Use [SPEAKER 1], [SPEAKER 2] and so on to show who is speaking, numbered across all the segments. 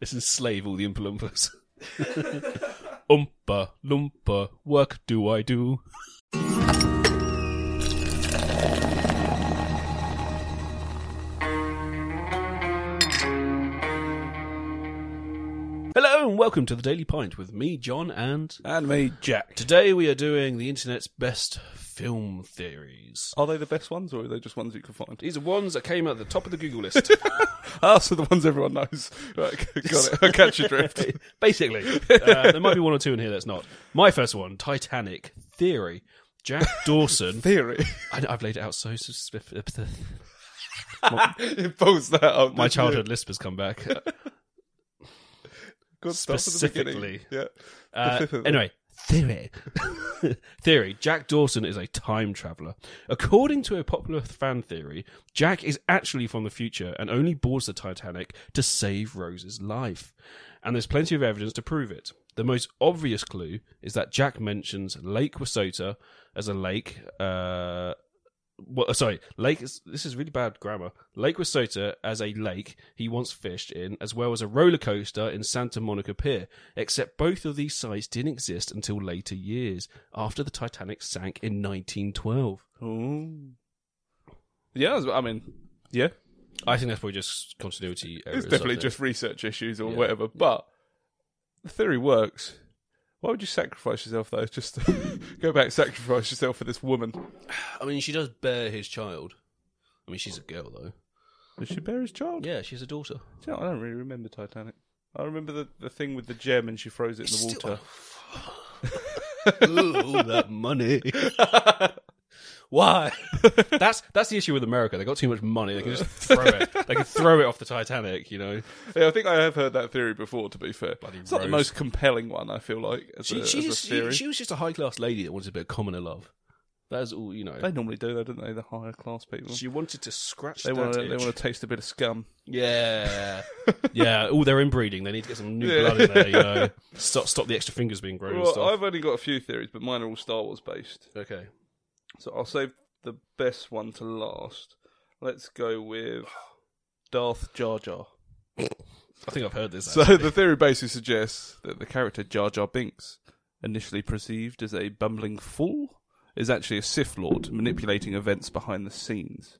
[SPEAKER 1] let's enslave all the Oompa Loompas. Oompa Loompa, work do I do? Hello and welcome to the Daily Pint with me, John, and
[SPEAKER 2] And me, Jack.
[SPEAKER 1] today we are doing the internet's best film theories.
[SPEAKER 2] Are they the best ones, or are they just ones you can find?
[SPEAKER 1] These are ones that came out at the top of the Google list.
[SPEAKER 2] Ah, so the ones everyone knows. Right, c- got it. I catch your drift.
[SPEAKER 1] Basically, uh, there might be one or two in here that's not. My first one, Titanic theory. Jack Dawson.
[SPEAKER 2] Theory.
[SPEAKER 1] I, I've laid it out so. sus-
[SPEAKER 2] it pulls that up.
[SPEAKER 1] My
[SPEAKER 2] doesn't
[SPEAKER 1] childhood lisp has come back.
[SPEAKER 2] it? Good stuff at the beginning.
[SPEAKER 1] specifically.
[SPEAKER 2] Yeah.
[SPEAKER 1] Uh, anyway, theory. theory. Jack Dawson is a time traveler. According to a popular fan theory, Jack is actually from the future and only boards the Titanic to save Rose's life. And there's plenty of evidence to prove it. The most obvious clue is that Jack mentions Lake Wasota as a lake. Uh, well, sorry, Lake is this is really bad grammar. Lake Wasota as a lake he once fished in, as well as a roller coaster in Santa Monica Pier. Except both of these sites didn't exist until later years, after the Titanic sank in 1912.
[SPEAKER 2] Ooh. Yeah, I was- I mean, yeah.
[SPEAKER 1] I think that's probably just continuity errors.
[SPEAKER 2] It's definitely
[SPEAKER 1] I think.
[SPEAKER 2] just research issues or
[SPEAKER 1] Yeah.
[SPEAKER 2] whatever, but the theory works. Why would you sacrifice yourself, though? Just to go back, sacrifice yourself for this woman.
[SPEAKER 1] I mean, she does bear his child. I mean, she's a girl though.
[SPEAKER 2] Did she bear his child?
[SPEAKER 1] Yeah, she's a daughter.
[SPEAKER 2] Do you know, I don't really remember Titanic. I remember the, the thing with the gem and she froze it in the water.
[SPEAKER 1] Ooh, that money. Why? that's that's the issue with America. They got too much money. They can just throw it. They can throw it off the Titanic. You know.
[SPEAKER 2] Yeah, I think I have heard that theory before. To be fair,
[SPEAKER 1] Bloody
[SPEAKER 2] it's not
[SPEAKER 1] Rose.
[SPEAKER 2] the most compelling one. I feel like as
[SPEAKER 1] She
[SPEAKER 2] a,
[SPEAKER 1] she,
[SPEAKER 2] as a theory.
[SPEAKER 1] she she was just a high class lady that wanted a bit of commoner love. That is all you know.
[SPEAKER 2] They normally do, though, don't they? The higher class people.
[SPEAKER 1] She wanted to scratch
[SPEAKER 2] they
[SPEAKER 1] that
[SPEAKER 2] want to. They
[SPEAKER 1] itch.
[SPEAKER 2] want to taste a bit of scum.
[SPEAKER 1] Yeah, yeah. Oh, they're inbreeding. They need to get some new
[SPEAKER 2] Yeah.
[SPEAKER 1] blood in there. You know, stop stop the extra fingers being grown. and
[SPEAKER 2] Well,
[SPEAKER 1] stuff.
[SPEAKER 2] I've only got a few theories, but mine are all Star Wars based.
[SPEAKER 1] Okay.
[SPEAKER 2] So I'll save the best one to last. Let's go with Darth Jar Jar.
[SPEAKER 1] I think I've heard this.
[SPEAKER 2] So the theory basically suggests that the character Jar Jar Binks, initially perceived as a bumbling fool, is actually a Sith Lord manipulating events behind the scenes.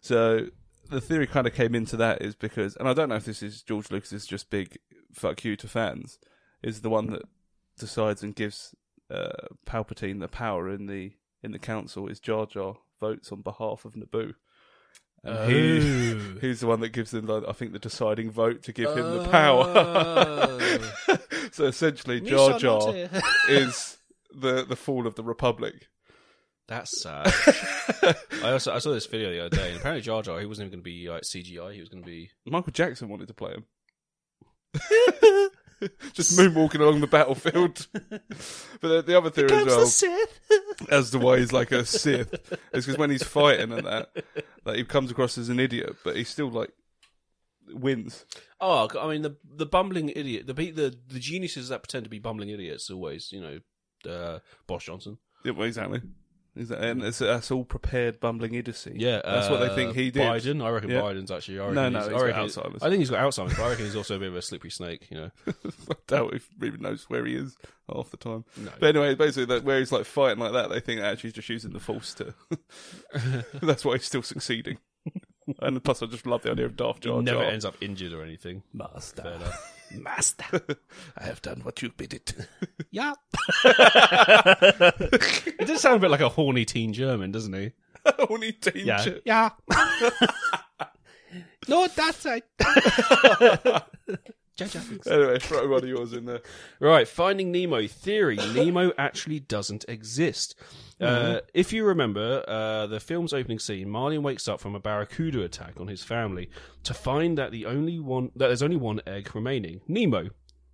[SPEAKER 2] So the theory kind of came into that is because, and I don't know if this is George Lucas's just big fuck you to fans, is the one that decides and gives uh, Palpatine the power in the in the council is Jar Jar votes on behalf of Naboo. And he-
[SPEAKER 1] Oh.
[SPEAKER 2] He's the one that gives him, like, I think, the deciding vote to give him the power. so essentially, Jar Jar is the the fall of the Republic.
[SPEAKER 1] That's sad. I also I saw this video the other day, and apparently Jar Jar he wasn't even going to be like CGI. He was going to be
[SPEAKER 2] Michael Jackson wanted to play him. Just moonwalking along the battlefield. but the, the other theory as well,
[SPEAKER 1] Sith.
[SPEAKER 2] as to why he's like a Sith, is because when he's fighting and that, like, he comes across as an idiot, but he still like wins.
[SPEAKER 1] Oh, I mean the the bumbling idiot, the pe- the the geniuses that pretend to be bumbling idiots always, you know, uh, Bosch Johnson.
[SPEAKER 2] Yeah, well, exactly. Is that- and it's, that's all prepared bumbling idiocy.
[SPEAKER 1] Yeah,
[SPEAKER 2] that's what they
[SPEAKER 1] uh,
[SPEAKER 2] think he did.
[SPEAKER 1] Biden, I reckon
[SPEAKER 2] Yeah.
[SPEAKER 1] Biden's actually. I reckon
[SPEAKER 2] No, no,
[SPEAKER 1] he's,
[SPEAKER 2] he's
[SPEAKER 1] I
[SPEAKER 2] got
[SPEAKER 1] reckon
[SPEAKER 2] Alzheimer's.
[SPEAKER 1] I think he's got Alzheimer's, but I reckon he's also a bit of a slippery snake. You know,
[SPEAKER 2] I doubt if he even knows where he is half the time.
[SPEAKER 1] No.
[SPEAKER 2] But anyway, basically, that where he's like fighting like that, they think actually he's just using the force to. that's why he's still succeeding. and plus, I just love the idea of Darth Jar
[SPEAKER 1] never
[SPEAKER 2] Jar.
[SPEAKER 1] ends up injured or anything. Fair
[SPEAKER 2] Master,
[SPEAKER 1] enough.
[SPEAKER 2] master, I have done what you bid it.
[SPEAKER 1] Yeah. it does sound a bit like a horny teen German, doesn't he?
[SPEAKER 2] Only danger.
[SPEAKER 1] Yeah. no, that's right.
[SPEAKER 2] Anyway, throw one of yours in there.
[SPEAKER 1] Right, Finding Nemo theory. Nemo actually doesn't exist. Uh, if you remember uh, the film's opening scene, Marlin wakes up from a barracuda attack on his family to find that the only one that there's only one egg remaining, Nemo,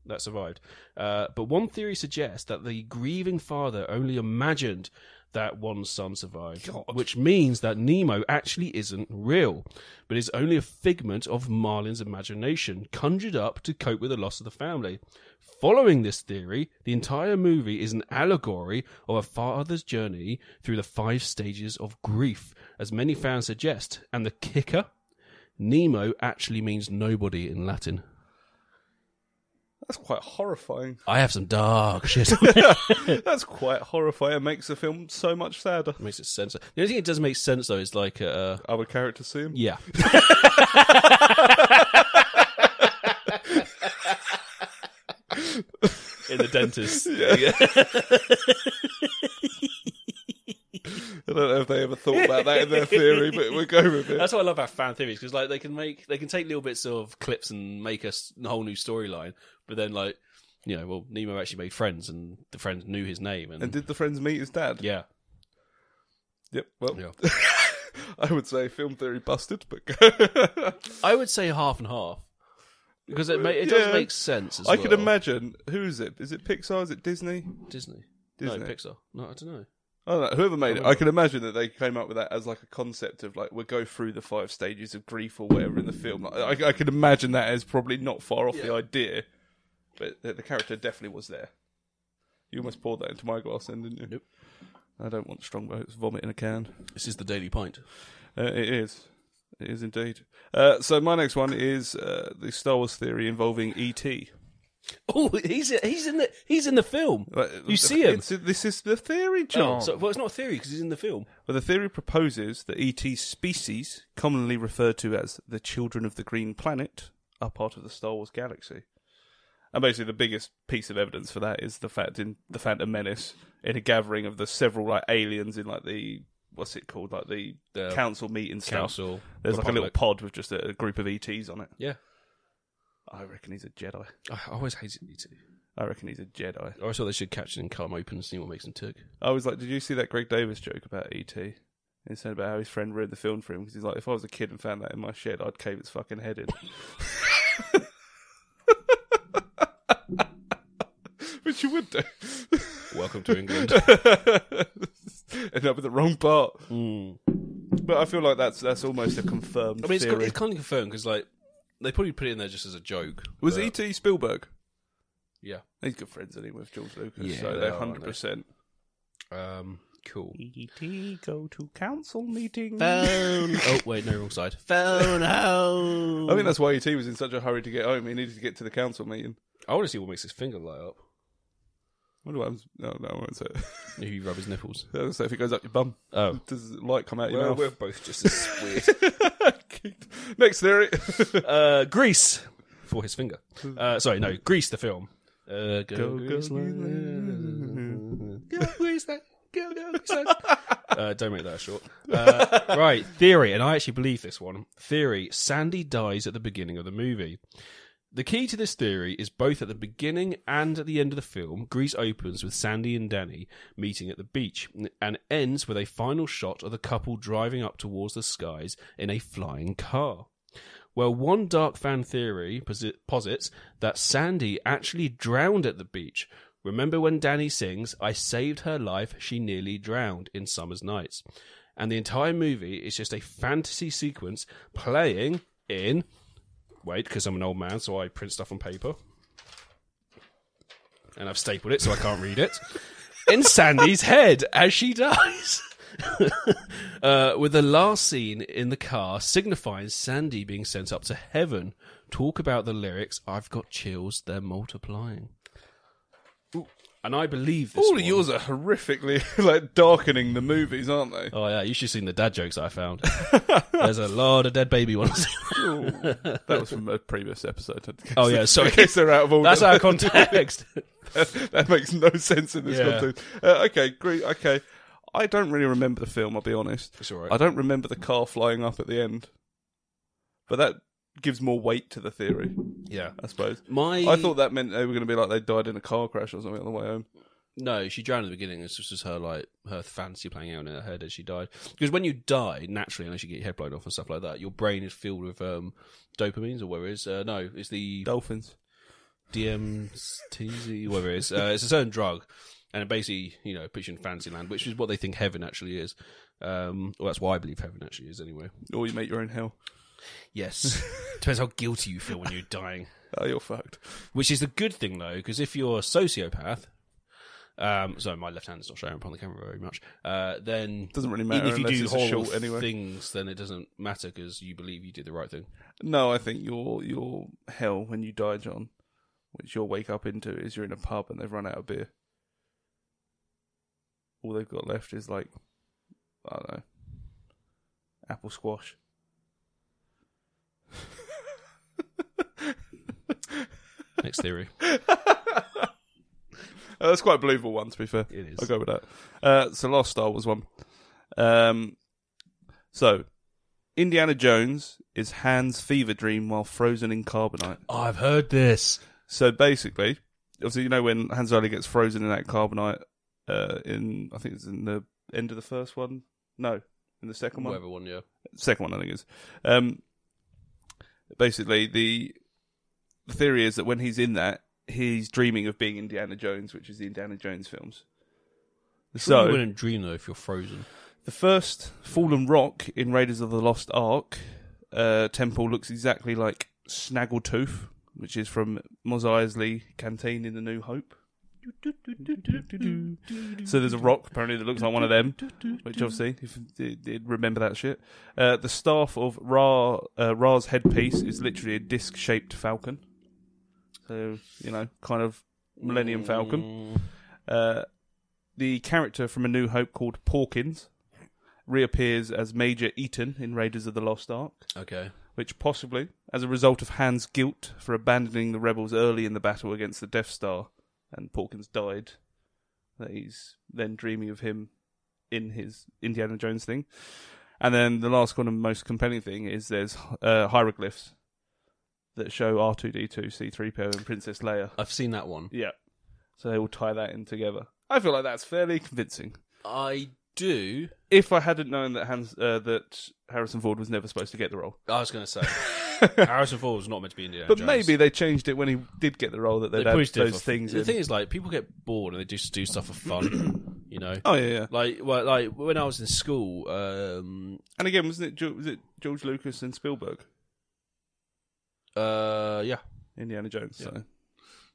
[SPEAKER 1] that survived. Uh, but one theory suggests that the grieving father only imagined that one son survived, which means that Nemo actually isn't real, but is only a figment of Marlin's imagination, conjured up to cope with the loss of the family. Following this theory, the entire movie is an allegory of a father's journey through the five stages of grief, as many fans suggest. And the kicker Nemo actually means nobody in Latin.
[SPEAKER 2] That's quite horrifying.
[SPEAKER 1] I have some dark shit.
[SPEAKER 2] That's quite horrifying. It makes the film so much sadder.
[SPEAKER 1] makes it sense. The only thing it does make sense though is like, uh,
[SPEAKER 2] Other characters see him.
[SPEAKER 1] yeah, in the dentist.
[SPEAKER 2] I don't know if they ever thought about that in their theory, but we'll go with it.
[SPEAKER 1] That's why I love our fan theories because like they can make they can take little bits of clips and make us a whole new storyline, but then like you know, well, Nemo actually made friends and the friends knew his name and,
[SPEAKER 2] And did the friends meet his dad?
[SPEAKER 1] yeah,
[SPEAKER 2] Yep. Well,
[SPEAKER 1] yeah.
[SPEAKER 2] I would say film theory busted, but
[SPEAKER 1] I would say half and half because it ma- it does
[SPEAKER 2] Yeah.
[SPEAKER 1] make sense. As
[SPEAKER 2] I can
[SPEAKER 1] well.
[SPEAKER 2] imagine. Who is it? Is it Pixar? Is it Disney?
[SPEAKER 1] Disney.
[SPEAKER 2] Disney.
[SPEAKER 1] No, Pixar. No, I don't know.
[SPEAKER 2] I don't know, whoever made it, I can imagine that they came up with that as like a concept of like we'll go through the five stages of grief or whatever in the film. I, I can imagine that as probably not far off the idea, but the, the character definitely was there. You almost poured that into my glass, then, didn't you?
[SPEAKER 1] Nope.
[SPEAKER 2] I don't want strongbows vomit in a can.
[SPEAKER 1] This is the Daily Pint.
[SPEAKER 2] Uh, it is. It is indeed. Uh, so my next one is uh, the Star Wars theory involving E ET.
[SPEAKER 1] Oh, he's he's in the he's in the film. You see him.
[SPEAKER 2] Uh, It's- This is the theory,
[SPEAKER 1] Oh,
[SPEAKER 2] John.
[SPEAKER 1] so, well, it's Uh, not a theory because he's in the film.
[SPEAKER 2] Well, the theory proposes that ET species, commonly referred to as the children of the green planet, are part of the Star Wars galaxy. And basically, the biggest piece of evidence for that is the fact in the Phantom Menace, in a gathering of the several like aliens in like the what's it called, like the,
[SPEAKER 1] The
[SPEAKER 2] council meeting stuff.
[SPEAKER 1] council
[SPEAKER 2] There's like a little
[SPEAKER 1] republic.
[SPEAKER 2] pod with just a, a group of ETs on it.
[SPEAKER 1] Yeah,
[SPEAKER 2] I reckon he's a Jedi.
[SPEAKER 1] I I always hated ET.
[SPEAKER 2] I reckon he's a Jedi.
[SPEAKER 1] I always thought they should catch it and cut him open and see what makes him tick.
[SPEAKER 2] I was like, did you see that Greg Davis joke about ET? He said about how his friend ruined the film for him because he's like, if I was a kid and found that in my shed, I'd cave its fucking head in. Which you would do.
[SPEAKER 1] Welcome to England.
[SPEAKER 2] End up with the wrong part. Hmm. But I feel like that's that's almost a confirmed
[SPEAKER 1] I mean, it's,
[SPEAKER 2] theory.
[SPEAKER 1] it's kind of confirmed because like they probably put it in there just as a joke.
[SPEAKER 2] was
[SPEAKER 1] but-
[SPEAKER 2] E.T. Spielberg?
[SPEAKER 1] Yeah.
[SPEAKER 2] He's good friends, isn't he, with George Lucas?
[SPEAKER 1] Yeah,
[SPEAKER 2] so
[SPEAKER 1] they
[SPEAKER 2] they're
[SPEAKER 1] are, aren't they?
[SPEAKER 2] 100%.
[SPEAKER 1] Um. Cool.
[SPEAKER 2] E.T. E go to council meeting.
[SPEAKER 1] Phone. oh wait, no, wrong side. Phone home.
[SPEAKER 2] I think that's why ET was in such a hurry to get home. He needed to get to the council meeting.
[SPEAKER 1] I want to see what makes his finger light up.
[SPEAKER 2] I wonder what happens. No, no, I won't say it.
[SPEAKER 1] If you rub his nipples.
[SPEAKER 2] I was gonna say if it goes up your bum,
[SPEAKER 1] Oh.
[SPEAKER 2] does light come out your
[SPEAKER 1] Well, we're
[SPEAKER 2] mouth?
[SPEAKER 1] both just as weird.
[SPEAKER 2] Next theory.
[SPEAKER 1] uh, Grease for his finger. Uh, sorry, no, Grease the film. Uh, go,
[SPEAKER 2] Go,
[SPEAKER 1] Grease
[SPEAKER 2] go,
[SPEAKER 1] Land. Go, Grease Land. Go, go, Grease Land. Uh, don't make that short. Uh, right, theory, and I actually believe this one. Theory: Sandy dies at the beginning of the movie. The key to this theory is both at the beginning and at the end of the film, Grease opens with Sandy and Danny meeting at the beach and ends with a final shot of the couple driving up towards the skies in a flying car. Well, one dark fan theory posi- posits that Sandy actually drowned at the beach. Remember when Danny sings, I saved her life, she nearly drowned in Summer's Nights? And the entire movie is just a fantasy sequence playing in. Wait, because I'm an old man, so I print stuff on paper. And I've stapled it, so I can't read it. In Sandy's head as she dies. Uh, with the last scene in the car signifying Sandy being sent up to heaven. Talk about the lyrics. I've got chills. They're multiplying. And I believe this.
[SPEAKER 2] All
[SPEAKER 1] one.
[SPEAKER 2] of yours are horrifically like darkening the movies, aren't they?
[SPEAKER 1] Oh yeah, you should have seen the dad jokes I found. There's a lot of dead baby ones.
[SPEAKER 2] that was from a previous episode. in case-
[SPEAKER 1] Oh, yeah, sorry.
[SPEAKER 2] In case they're out of order.
[SPEAKER 1] That's out of context.
[SPEAKER 2] that makes no sense in this
[SPEAKER 1] Yeah.
[SPEAKER 2] context. Uh, okay, great. Okay, I don't really remember the film. I'll be honest.
[SPEAKER 1] It's all right.
[SPEAKER 2] I don't remember the car flying up at the end, but that gives more weight to the theory,
[SPEAKER 1] yeah.
[SPEAKER 2] I suppose.
[SPEAKER 1] My
[SPEAKER 2] I thought that meant they were going to be like they died in a car crash or something on the way home.
[SPEAKER 1] No, she drowned at the beginning. This was just her like her fantasy playing out in her head as she died. Because when you die naturally, unless you get your head blown off and stuff like that, your brain is filled with um, dopamines or whatever it is. Uh, no, it's the
[SPEAKER 2] Dolphins.
[SPEAKER 1] DMTZ, whatever it is. Uh, it's a certain drug, and it basically you know puts you in fantasy land, which is what they think heaven actually is. Um, well, that's why I believe heaven actually is anyway.
[SPEAKER 2] Or you make your own hell.
[SPEAKER 1] Yes, depends how guilty you feel when you're dying.
[SPEAKER 2] Oh, you're fucked.
[SPEAKER 1] Which is the good thing, though, because if you're a sociopath, um, so my left hand's not showing up on the camera very much, uh, then
[SPEAKER 2] Doesn't really matter
[SPEAKER 1] even if
[SPEAKER 2] unless
[SPEAKER 1] you do
[SPEAKER 2] it's a
[SPEAKER 1] horrible
[SPEAKER 2] short anyway.
[SPEAKER 1] things, then it doesn't matter because you believe you did the right thing.
[SPEAKER 2] No, I think your your hell when you die, John, which you'll wake up into is you're in a pub and they've run out of beer. All they've got left is like, I don't know, apple squash.
[SPEAKER 1] Next theory.
[SPEAKER 2] Uh, that's quite a believable one, to be fair.
[SPEAKER 1] It is.
[SPEAKER 2] I'll go with that. Uh, so Lost Star was one. Um, so Indiana Jones is Han's fever dream while frozen in carbonite.
[SPEAKER 3] I've heard this.
[SPEAKER 2] So basically, obviously, you know when Han Solo gets frozen in that carbonite uh, in I think it's in the end of the first one. No, in the second one
[SPEAKER 1] Whatever one, yeah.
[SPEAKER 2] second one, I think it is. Um, basically, the the theory is that when he's in that, he's dreaming of being Indiana Jones, which is the Indiana Jones films.
[SPEAKER 1] you
[SPEAKER 2] So
[SPEAKER 1] wouldn't dream though if you're frozen.
[SPEAKER 2] the first fallen rock in Raiders of the Lost Ark uh, temple looks exactly like Snaggletooth, which is from Mos Eisley Canteen in the New Hope. So there's a rock apparently that looks like one of them, which obviously if you did remember that shit. Uh, the staff of Ra uh, Ra's headpiece is literally a disc-shaped falcon, so you know, kind of Millennium
[SPEAKER 1] Mm,
[SPEAKER 2] Falcon. Uh, the character from A New Hope called Porkins reappears as Major Eaton in Raiders of the Lost Ark,
[SPEAKER 1] Okay.
[SPEAKER 2] which possibly, as a result of Han's guilt for abandoning the rebels early in the battle against the Death Star, and Porkins died, that he's then dreaming of him in his Indiana Jones thing. And then the last one and most compelling thing is there's uh, hieroglyphs that show R2D2, C3PO, and Princess Leia.
[SPEAKER 1] I've seen that one.
[SPEAKER 2] Yeah. So they will tie that in together. I feel like that's fairly convincing.
[SPEAKER 1] I do.
[SPEAKER 2] If I hadn't known that Hans, uh, that Harrison Ford was never supposed to get the role,
[SPEAKER 1] I was going to say Harrison Ford was not meant to be Indiana
[SPEAKER 2] but
[SPEAKER 1] Jones.
[SPEAKER 2] maybe they changed it when he did get the role that they'd
[SPEAKER 3] They
[SPEAKER 2] add
[SPEAKER 3] pushed it
[SPEAKER 2] those
[SPEAKER 3] for-
[SPEAKER 2] things
[SPEAKER 1] the
[SPEAKER 2] in.
[SPEAKER 1] thing is, like, people get bored and they just do stuff for fun. you know,
[SPEAKER 2] oh yeah, yeah.
[SPEAKER 1] like, well, like when I was in school, um,
[SPEAKER 2] And again, wasn't it Ge- was it George Lucas and Spielberg,
[SPEAKER 1] uh, yeah,
[SPEAKER 2] Indiana Jones? So.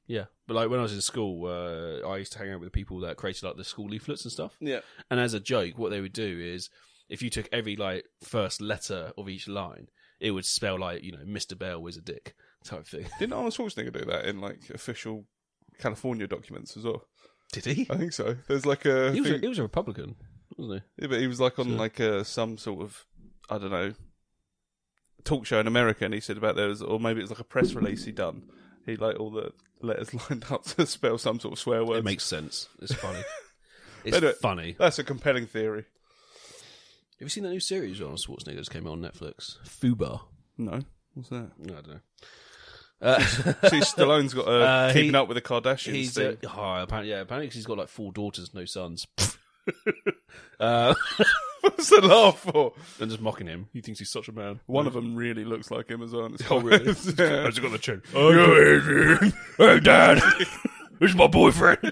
[SPEAKER 1] yeah. But like when I was in school, uh, I used to hang out with the people that created like the school leaflets and stuff.
[SPEAKER 2] Yeah.
[SPEAKER 1] And as a joke, what they would do is if you took every like first letter of each line, it would spell like you know Mr. Bell is a dick type thing.
[SPEAKER 2] Didn't Arnold Schwarzenegger do that in like official California documents as well?
[SPEAKER 1] Did he?
[SPEAKER 2] I think so. There's like a,
[SPEAKER 1] He was a,
[SPEAKER 2] thing-
[SPEAKER 1] he was a Republican, wasn't
[SPEAKER 2] Yeah, but he was like on like uh, some sort of I don't know talk show in America, and he said about there was, or maybe it was like a press release he done. He like all the letters lined up to spell some sort of swear
[SPEAKER 1] he?
[SPEAKER 2] word.
[SPEAKER 1] It makes sense. It's funny. It's
[SPEAKER 2] Anyway.
[SPEAKER 1] funny.
[SPEAKER 2] That's a compelling theory.
[SPEAKER 1] Have you seen that new series on Schwarzenegger that's came out on Netflix? Fubar.
[SPEAKER 2] No, what's that?
[SPEAKER 1] I don't know. Uh,
[SPEAKER 2] See, Stallone's got uh,
[SPEAKER 1] Uh, he-
[SPEAKER 2] keeping up with the Kardashians.
[SPEAKER 1] he's
[SPEAKER 2] thing.
[SPEAKER 1] uh, oh, apparently yeah apparently 'cause he's got like four daughters, no sons. uh,
[SPEAKER 2] What's the laugh for?
[SPEAKER 1] I'm just mocking him. He thinks he's such a man.
[SPEAKER 2] One of them really looks like him as well. and it's
[SPEAKER 1] Oh,
[SPEAKER 2] quite-
[SPEAKER 1] really?
[SPEAKER 2] yeah.
[SPEAKER 1] I just got the chin. hey, Dad. Who's my boyfriend?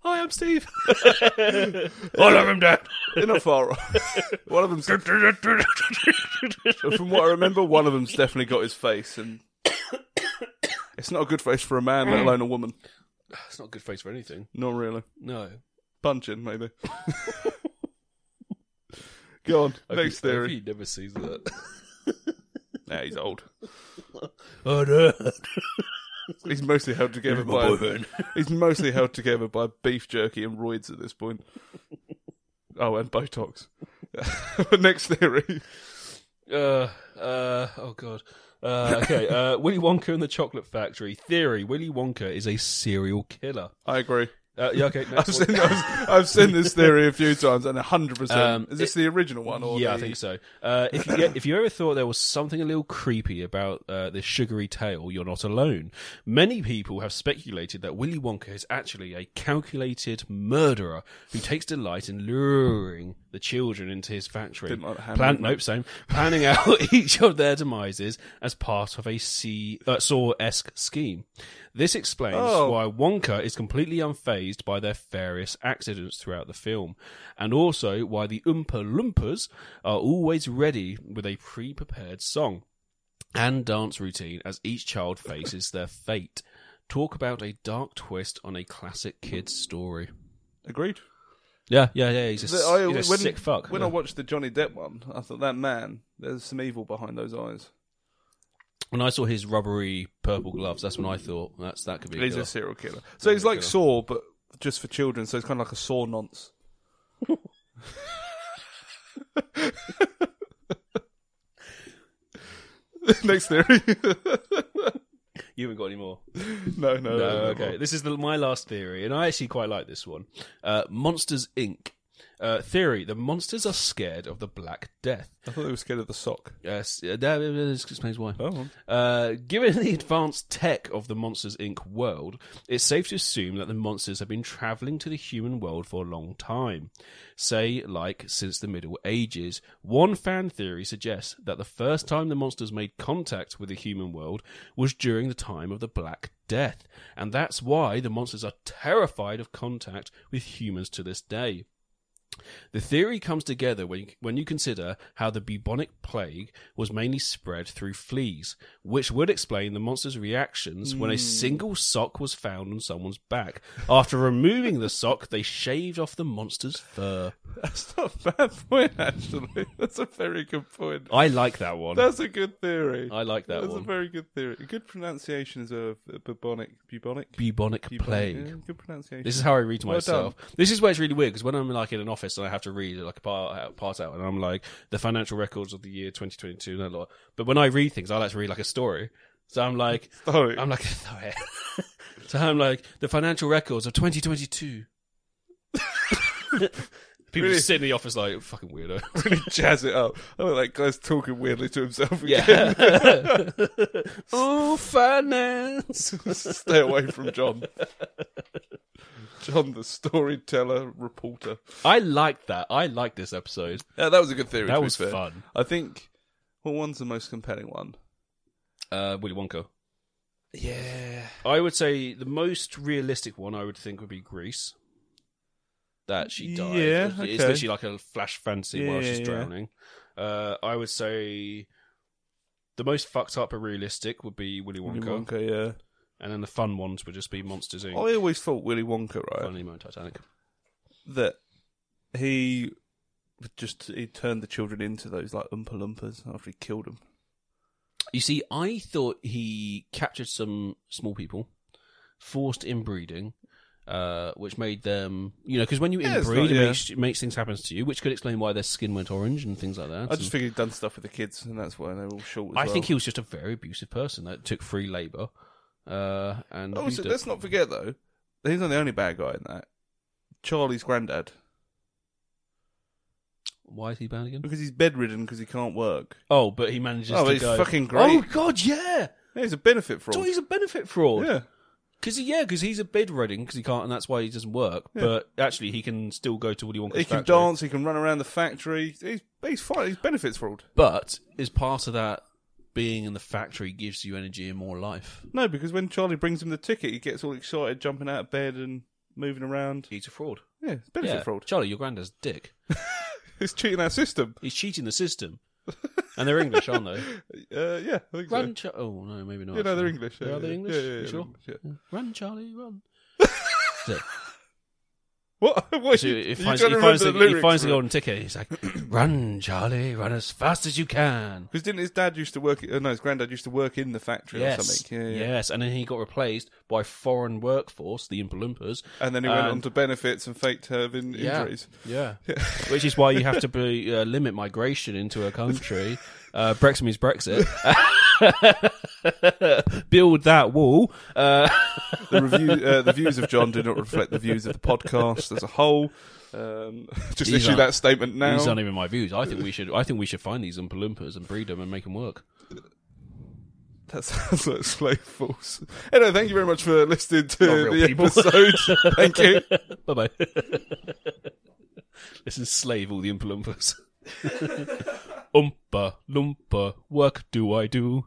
[SPEAKER 1] Hi, I'm Steve. I love him, Dad.
[SPEAKER 2] They're not far off. one of them's from what I remember, one of them's definitely got his face, and it's not a good face for a man, let alone a woman.
[SPEAKER 1] That's not a good face for anything.
[SPEAKER 2] Not really.
[SPEAKER 1] No.
[SPEAKER 2] Punching, maybe. Go on. Next
[SPEAKER 1] I hope
[SPEAKER 2] theory.
[SPEAKER 1] He never sees that.
[SPEAKER 2] Nah, he's old.
[SPEAKER 1] Oh, no.
[SPEAKER 2] He's mostly held together by he's mostly held together by beef jerky and roids at this point. Oh, and Botox. Next theory.
[SPEAKER 1] Uh, uh, oh, God. Uh, okay, uh, Willy Wonka and the Chocolate Factory. Theory Willy Wonka is a serial killer.
[SPEAKER 2] I agree.
[SPEAKER 1] Uh, yeah, okay.
[SPEAKER 2] I've
[SPEAKER 1] next one.
[SPEAKER 2] seen, I've, I've seen this theory a few times, and hundred
[SPEAKER 1] Um,
[SPEAKER 2] percent. Is this the original one? Or
[SPEAKER 1] yeah, I
[SPEAKER 2] the-
[SPEAKER 1] think so. Uh, if you if you ever thought there was something a little creepy about uh, this sugary tale, you're not alone. Many people have speculated that Willy Wonka is actually a calculated murderer who takes delight in luring the children into his factory.
[SPEAKER 2] Didn't like the hand
[SPEAKER 1] Plan-
[SPEAKER 2] movement.
[SPEAKER 1] nope, same. Planning out each of their demises as part of a C- uh, Saw-esque scheme. This explains
[SPEAKER 2] Oh.
[SPEAKER 1] why Wonka is completely unfazed by their various accidents throughout the film, and also why the Oompa Loompas are always ready with a pre-prepared song and dance routine as each child faces their fate. Talk about a dark twist on a classic kid's story.
[SPEAKER 2] Agreed.
[SPEAKER 1] Yeah, yeah, yeah. He's a,
[SPEAKER 2] The-
[SPEAKER 1] s-
[SPEAKER 2] I-
[SPEAKER 1] he's a sick fuck.
[SPEAKER 2] When
[SPEAKER 1] Yeah.
[SPEAKER 2] I watched the Johnny Depp one, I thought that man, there's some evil behind those eyes.
[SPEAKER 1] When I saw his rubbery purple gloves, that's when I thought that's that could be. a
[SPEAKER 2] He's
[SPEAKER 1] killer.
[SPEAKER 2] a serial killer. So he's like Saw, but just for children. So it's kind of like a Saw nonce. Next theory.
[SPEAKER 1] You haven't got any more.
[SPEAKER 2] no, no, no.
[SPEAKER 1] No,
[SPEAKER 2] no,
[SPEAKER 1] okay. This is the, my last theory, and I actually quite like this one. Uh, Monsters Inc. Uh, theory: The monsters are scared of the Black Death.
[SPEAKER 2] I thought they were scared of the sock.
[SPEAKER 1] Yes, uh, that this explains why.
[SPEAKER 2] Oh,
[SPEAKER 1] Uh, given the advanced tech of the Monsters Inc. world, it's safe to assume that the monsters have been travelling to the human world for a long time, say, like since the Middle Ages. One fan theory suggests that the first time the monsters made contact with the human world was during the time of the Black Death, and that's why the monsters are terrified of contact with humans to this day. The theory comes together when you, when you consider how the bubonic plague was mainly spread through fleas, which would explain the monster's reactions
[SPEAKER 2] Hmm.
[SPEAKER 1] when a single sock was found on someone's back. After removing the sock, they shaved off the monster's fur.
[SPEAKER 2] that's not a bad point. Actually, that's a very good point.
[SPEAKER 1] I like that one.
[SPEAKER 2] That's a good theory.
[SPEAKER 1] I like that
[SPEAKER 2] That's a
[SPEAKER 1] one.
[SPEAKER 2] very good theory. Good pronunciation is a bubonic, bubonic,
[SPEAKER 1] Bubonic
[SPEAKER 2] bubonic-
[SPEAKER 1] plague.
[SPEAKER 2] yeah, good pronunciation.
[SPEAKER 1] This is how I read to
[SPEAKER 2] Well
[SPEAKER 1] myself. this is where it's really weird because when I'm like in an office and I have to read like a part out, part out, and I'm like the financial records of the year 2022 and that lot. But when I read things, I like to read like a story. So I'm like,
[SPEAKER 2] Sorry.
[SPEAKER 1] I'm like, sorry. so I'm like, the financial records of 2022. People
[SPEAKER 2] Really?
[SPEAKER 1] just sit in the office like fucking weirdo.
[SPEAKER 2] really jazz it up. Oh, that guy's talking weirdly to himself again.
[SPEAKER 1] Yeah. oh, finance.
[SPEAKER 2] Stay away from John. John, the storyteller, reporter.
[SPEAKER 1] I liked that. I liked this episode.
[SPEAKER 2] Yeah, that was a good theory.
[SPEAKER 1] That
[SPEAKER 2] to be
[SPEAKER 1] was
[SPEAKER 2] fair.
[SPEAKER 1] fun.
[SPEAKER 2] I think. Well, one's the most compelling one.
[SPEAKER 1] Uh, Willy Wonka.
[SPEAKER 2] Yeah.
[SPEAKER 1] I would say the most realistic one I would think would be Greece. That she died.
[SPEAKER 2] Yeah,
[SPEAKER 1] it's,
[SPEAKER 2] okay.
[SPEAKER 1] it's literally like a flash fantasy while
[SPEAKER 2] Yeah,
[SPEAKER 1] she's
[SPEAKER 2] yeah.
[SPEAKER 1] drowning. Uh, I would say the most fucked up but realistic would be Willy Wonka,
[SPEAKER 2] Willy Wonka, Oh, yeah.
[SPEAKER 1] and then the fun ones would just be Monsters Inc.
[SPEAKER 2] I always thought Willy Wonka, right?
[SPEAKER 1] Finding Nemo and Titanic.
[SPEAKER 2] That he just he turned the children into those like Oompa Loompas after he killed them.
[SPEAKER 1] You see, I thought he captured some small people, forced inbreeding, uh, which made them, you know, because when you
[SPEAKER 2] Yeah, it's
[SPEAKER 1] inbreed,
[SPEAKER 2] not- yeah.
[SPEAKER 1] it makes, it makes things happen to you, which could explain why their skin went orange and things like that.
[SPEAKER 2] I just
[SPEAKER 1] And-
[SPEAKER 2] figured he'd done stuff with the kids, and that's why they were all short. As
[SPEAKER 1] Hmm. I
[SPEAKER 2] well.
[SPEAKER 1] think he was just a very abusive person that took free labour. Uh, and
[SPEAKER 2] Also,
[SPEAKER 1] abused it.
[SPEAKER 2] Oh, let's not forget though, that he's not the only bad guy in that. Charlie's granddad,
[SPEAKER 1] why is he banned again?
[SPEAKER 2] because he's bedridden because he can't work.
[SPEAKER 1] Oh, but he manages
[SPEAKER 2] Oh,
[SPEAKER 1] to
[SPEAKER 2] he's
[SPEAKER 1] go.
[SPEAKER 2] fucking great.
[SPEAKER 1] Oh God, yeah.
[SPEAKER 2] Yeah, he's a benefit fraud.
[SPEAKER 1] So he's a benefit fraud.
[SPEAKER 2] yeah,
[SPEAKER 1] Because yeah, because he's a bed reading because he can't, and that's why he doesn't work. But actually, he can still go to Willy Wonka's
[SPEAKER 2] he can
[SPEAKER 1] factory.
[SPEAKER 2] dance. He can run around the factory. He's he's fine. He's benefits fraud.
[SPEAKER 1] But is part of that being in the factory gives you energy and more life.
[SPEAKER 2] No, because when Charlie brings him the ticket, he gets all excited, jumping out of bed and moving around.
[SPEAKER 1] He's a fraud.
[SPEAKER 2] Yeah, it's benefit
[SPEAKER 1] Yeah.
[SPEAKER 2] fraud.
[SPEAKER 1] Charlie, your granddad's a dick.
[SPEAKER 2] He's cheating our system.
[SPEAKER 1] He's cheating the system. And they're English, aren't they?
[SPEAKER 2] Uh, yeah, I think so.
[SPEAKER 1] Run, Cha- oh no, maybe not.
[SPEAKER 2] Yeah, no, they're
[SPEAKER 1] actually.
[SPEAKER 2] English.
[SPEAKER 1] They
[SPEAKER 2] yeah,
[SPEAKER 1] are they
[SPEAKER 2] yeah,
[SPEAKER 1] English?
[SPEAKER 2] Yeah, yeah,
[SPEAKER 1] You
[SPEAKER 2] yeah,
[SPEAKER 1] sure?
[SPEAKER 2] yeah.
[SPEAKER 1] Run, Charlie, run.
[SPEAKER 2] What? what
[SPEAKER 1] So
[SPEAKER 2] are you,
[SPEAKER 1] he
[SPEAKER 2] you
[SPEAKER 1] finds,
[SPEAKER 2] trying
[SPEAKER 1] he
[SPEAKER 2] to
[SPEAKER 1] finds, the,
[SPEAKER 2] remember the
[SPEAKER 1] he
[SPEAKER 2] lyrics
[SPEAKER 1] finds
[SPEAKER 2] for
[SPEAKER 1] the
[SPEAKER 2] it?
[SPEAKER 1] golden ticket. He's like, "Run, Charlie, run as fast as you can."
[SPEAKER 2] Because didn't his dad used to work? uh, No, his granddad used to work in the factory or
[SPEAKER 1] Yes,
[SPEAKER 2] something. Yeah, yeah.
[SPEAKER 1] yes, and then he got replaced by foreign workforce, the Oompa Loompas.
[SPEAKER 2] And then he went
[SPEAKER 1] And-
[SPEAKER 2] on to benefits and faked having
[SPEAKER 1] Yeah,
[SPEAKER 2] injuries.
[SPEAKER 1] yeah, which is why you have to be, uh, limit migration into a country. Uh, Brexit means Brexit. Build that wall. Uh,
[SPEAKER 2] The review, uh, the views of John do not reflect the views of the podcast as a whole. Um, just
[SPEAKER 1] These
[SPEAKER 2] issue
[SPEAKER 1] aren't-
[SPEAKER 2] that statement now.
[SPEAKER 1] these aren't even my views. I think we should. I think we should find these Oompa Loompas and breed them and make them work.
[SPEAKER 2] That sounds like slave force. Anyway, thank you very much for listening to
[SPEAKER 1] Not real
[SPEAKER 2] the
[SPEAKER 1] people.
[SPEAKER 2] episode. thank you.
[SPEAKER 1] Bye bye. Let's enslave all the Oompa Loompas. Oompa Loompa, work do I do?